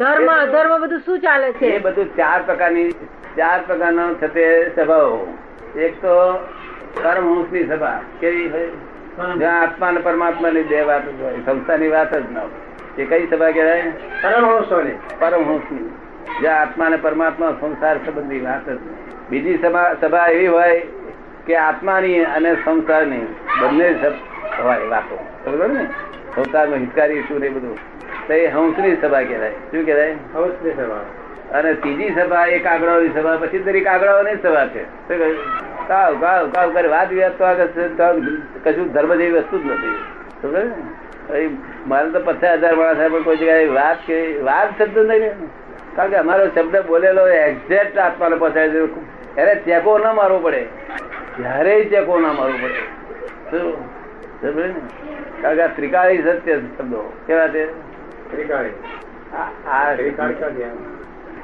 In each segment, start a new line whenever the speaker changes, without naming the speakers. ધર્મ અધર્મ બધું શું ચાલે
એ
છે
બધું ચાર પ્રકારની ચાર પ્રકારનો થતે સ્વભાવ એક તો કર્મહંસની સભા કેવી હોય જ્યાં આત્મા અને પરમાત્માની બે વાત જ હોય સંસ્થાની વાત જ ન હોય. એ કઈ સભા કહેવાય
પરમહંસોની
પરમહંસની જ્યાં આત્મા અને પરમાત્મા સંસાર સંબંધી વાત જ નહીં. બીજી સભા સભા એવી હોય કે આત્માની અને સંસારની બંને સભ- હોય વાતો બરોબર ને સંસારનો હિતકારી શું ને એ બધું તો એ હંસની સભા કહેવાય શું કહેવાય
હંસની સભા
અને ત્રીજી સભા એ કાગડાઓની સભા પછી દરેક કાગડાઓની જ સભા છે શું કહ્યું? કાવ કાવ કાવ કરે વાત વિવાદ તો આગળ છે, તો કશું ધર્મ જેવી વસ્તુ જ નથી સમજ્યો ને? હવે મારે તો પચાસ હજાર માણસ છે, પણ કોઈ જગ્યાએ વાત કે વાત શબ્દ નહીં રહ્યો. કારણ કે અમારો શબ્દ બોલેલો એક્ઝેક્ટ આત્માને પહોંચાય છે ત્યારે ચેકો ના મારવો પડે ક્યારેય ચેકો ના મારવો પડે શું સમજ્યો ને? કારણ કે આ ત્રિકાળી સત્ય શબ્દો કેવા છે
ત્રિકાળી
આ- આ
ત્રિકાળ ક્યાં ગયા?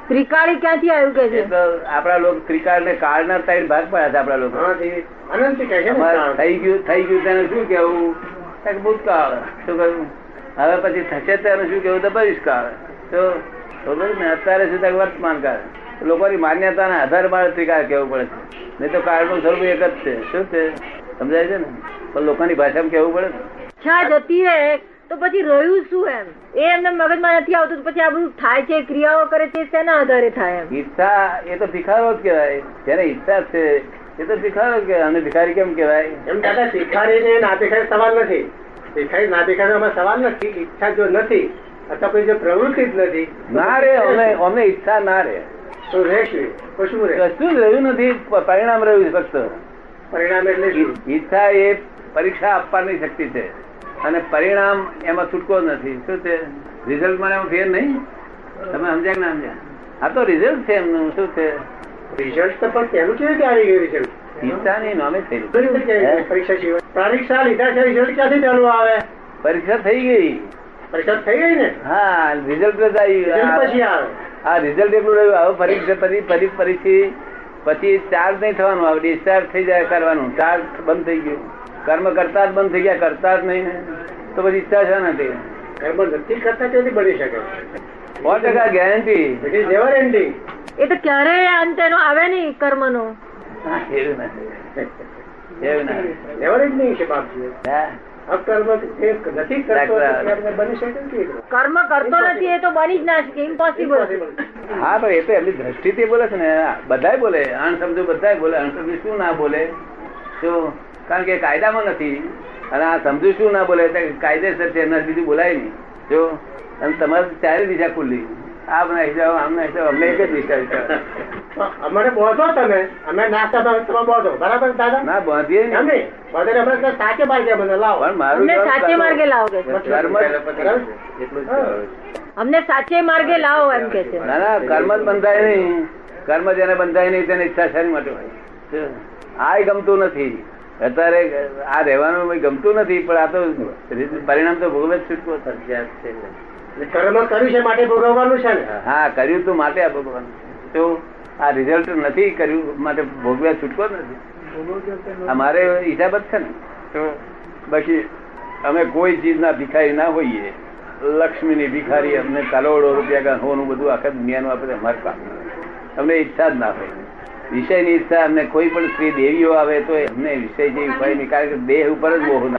ત્રિકાળી ક્યાંથી આવ્યું કે છે
એટલે આપણા લોકો ત્રિકાળ ને કાળ ના ત્રણ ભાગ પડ્યા છે આપણા લોકો
હા, તે અનંત કહે છે ને
અમારે
ત્રણ.
થઈ ગયું થઈ ગયું તેને શું કેવું કાંઈક ભૂતકાળ શું કહ્યું હવે પછી થશે તેને શું કેવું તો બહિષ્કાળ તો બરોબર ને અત્યારે શું થાય વર્તમાન કાળ લોકોની માન્યતાના આધારે મારે ત્રિકાળ કેવું પડે છે નહીં તો કાળનું સ્વરૂપ એક જ છે શું છે સમજાય છે ને પણ લોકોની ભાષામાં કેવું પડે ને
છા જતી રહે તો પછી રહ્યું શું એમ એ એમને મગજમાં નથી આવતું તો પછી આ બધું થાય છે ક્રિયાઓ કરે છે એ શેના આધારે થાય એમ
ઈચ્છા એ તો ભિખારો જ કહેવાય જેને ઈચ્છા છે એ તો ભિખારો જ કહેવાય અને ભિખારી કેમ કહેવાય
એમ દાદા શિખારી ને ના દેખાય સવાલ નથી શિખારી ના દેખાય એમાં સવાલ નથી ઈચ્છા જો નથી અથવા કોઈ જો પ્રવૃત્તિ જ નથી
ના રે અમને અમને ઈચ્છા ના રે
તો રહેશે તો શું રહે
કશું જ રહ્યું નથી પ- પરિણામ રહ્યું છે ફક્ત
પરિણામ એટલે શું
ઈ- ઈચ્છા એ પરીક્ષા આપવાની શક્તિ છે અને પરિણામ એમાં છૂટકો જ નથી શું છે રિઝલ્ટ મને એમાં ફેર નહીં તમે સમજ્યા કે ના સમજ્યા આ તો રિઝલ્ટ છે એમનું શું છે
રિઝલ્ટ તો પણ પહેલું કેવી રીતે આવી ગયું રિઝલ્ટ
ઈચ્છાની નામે થઈ
કેવી રીતે કે
હે?
પરીક્ષા સિવાય? પરીક્ષા લીધા છે રિઝલ્ટ ક્યાંથી પહેલું આવે
પરીક્ષા થઈ ગઈ
પરીક્ષા થઈ ગઈ ને
હા રિઝલ્ટ જ
રિઝલ્ટ પછી
આવ્યું આ-
આવે
આ રિઝલ્ટ એટલું રહ્યું હવે પરીક્ષા પછી ફરી ફરીથી પછી ચાર્જ નહીં થવાનું હવે discharge થઈ જાય કરવાનું ચાર્જ બંધ થઈ ગયું કર્મ કરતા જ બંધ થઈ ગયા કરતા જ નહીં ને તો પછી ઈચ્છા છે નથી
કર્મ નથી કરતા તેથી બની શકે
સો ટકા guarantee
it is never ending
એ તો ક્યારેય અંત એનો આવે નહીં કર્મનો
એવું નથી એવું નથી
નેવર એન્ડિંગ છે બાપજી
હા?
આ કર્મ એક નથી કરતો તો કર્મ બની શકે કે
કર્મ કરતો નથી એ તો બની જ ના શકે ઇમ્પોસિબલ
Impossible.
હા પણ એ તો એમની દ્રષ્ટિથી બોલે છે ને બધાય બોલે અણસમજુ બધાય બોલે અણસમજુ શું ના બોલે શું કારણ કે કાયદામાં નથી અને આ સમજુ શું ના બોલે તે કાયદેસર છે એમના બીજું બોલાય નહીં જો અને તમારે ચારે દિશા ખુલ્લી આ બનાવી જાઓ આમ નાખી જાઓ અમને એક જ દિશા વિચાર.
પણ અમને બોધો તમે અમે નાસ્તા ભાવે તમે બોધો બરાબર દાદા
ના બાંધીએ નહીં.
એમ નહીં બોધે ને અમે સાચે બાજે મને લાવો
પણ મારું
અમને
જવાબ
સાચે
સાચો.
માર્ગે લાવો કે છે.
કર્મ જ-
અમને સાચે માર્ગે લાવો એમ કે છે
ના ના કર્મ જ બંધાય નહીં કર્મ જેને બંધાય નહીં તેને ઈચ્છા શાની માટે હોય આ ગમતું નથી અત્યારે આ રહેવાનું મને ગમતું નથી પણ આ તો પરિણામ તો ભોગવે જ છૂટકો છે.
એટલે કર્મ કર્યું છે માટે ભોગવવાનું છે ને
હા કર્યું તો માટે આ ભોગવવાનું તો આ રિઝલ્ટ નથી કર્યું માટે ભોગવ્યા છૂટકો જ નથી અમારે હિસાબ જ છે ને તો બાકી અમે કોઈ ચીજના ભિખારી ના હોઈએ લક્ષ્મીની ભિખારી અમને કરોડો રૂપિયા કે હોનું બધું આખા દુનિયાનું આપણે અમારે કામ અમને ઈચ્છા જ ના હોય વિષયની ઈચ્છા અમને કોઈ પણ સ્ત્રી દેવીઓ આવે તો અમને વિષય જેવી હોય નહીં કારણ કે દેહ ઉપર જ મોહ ના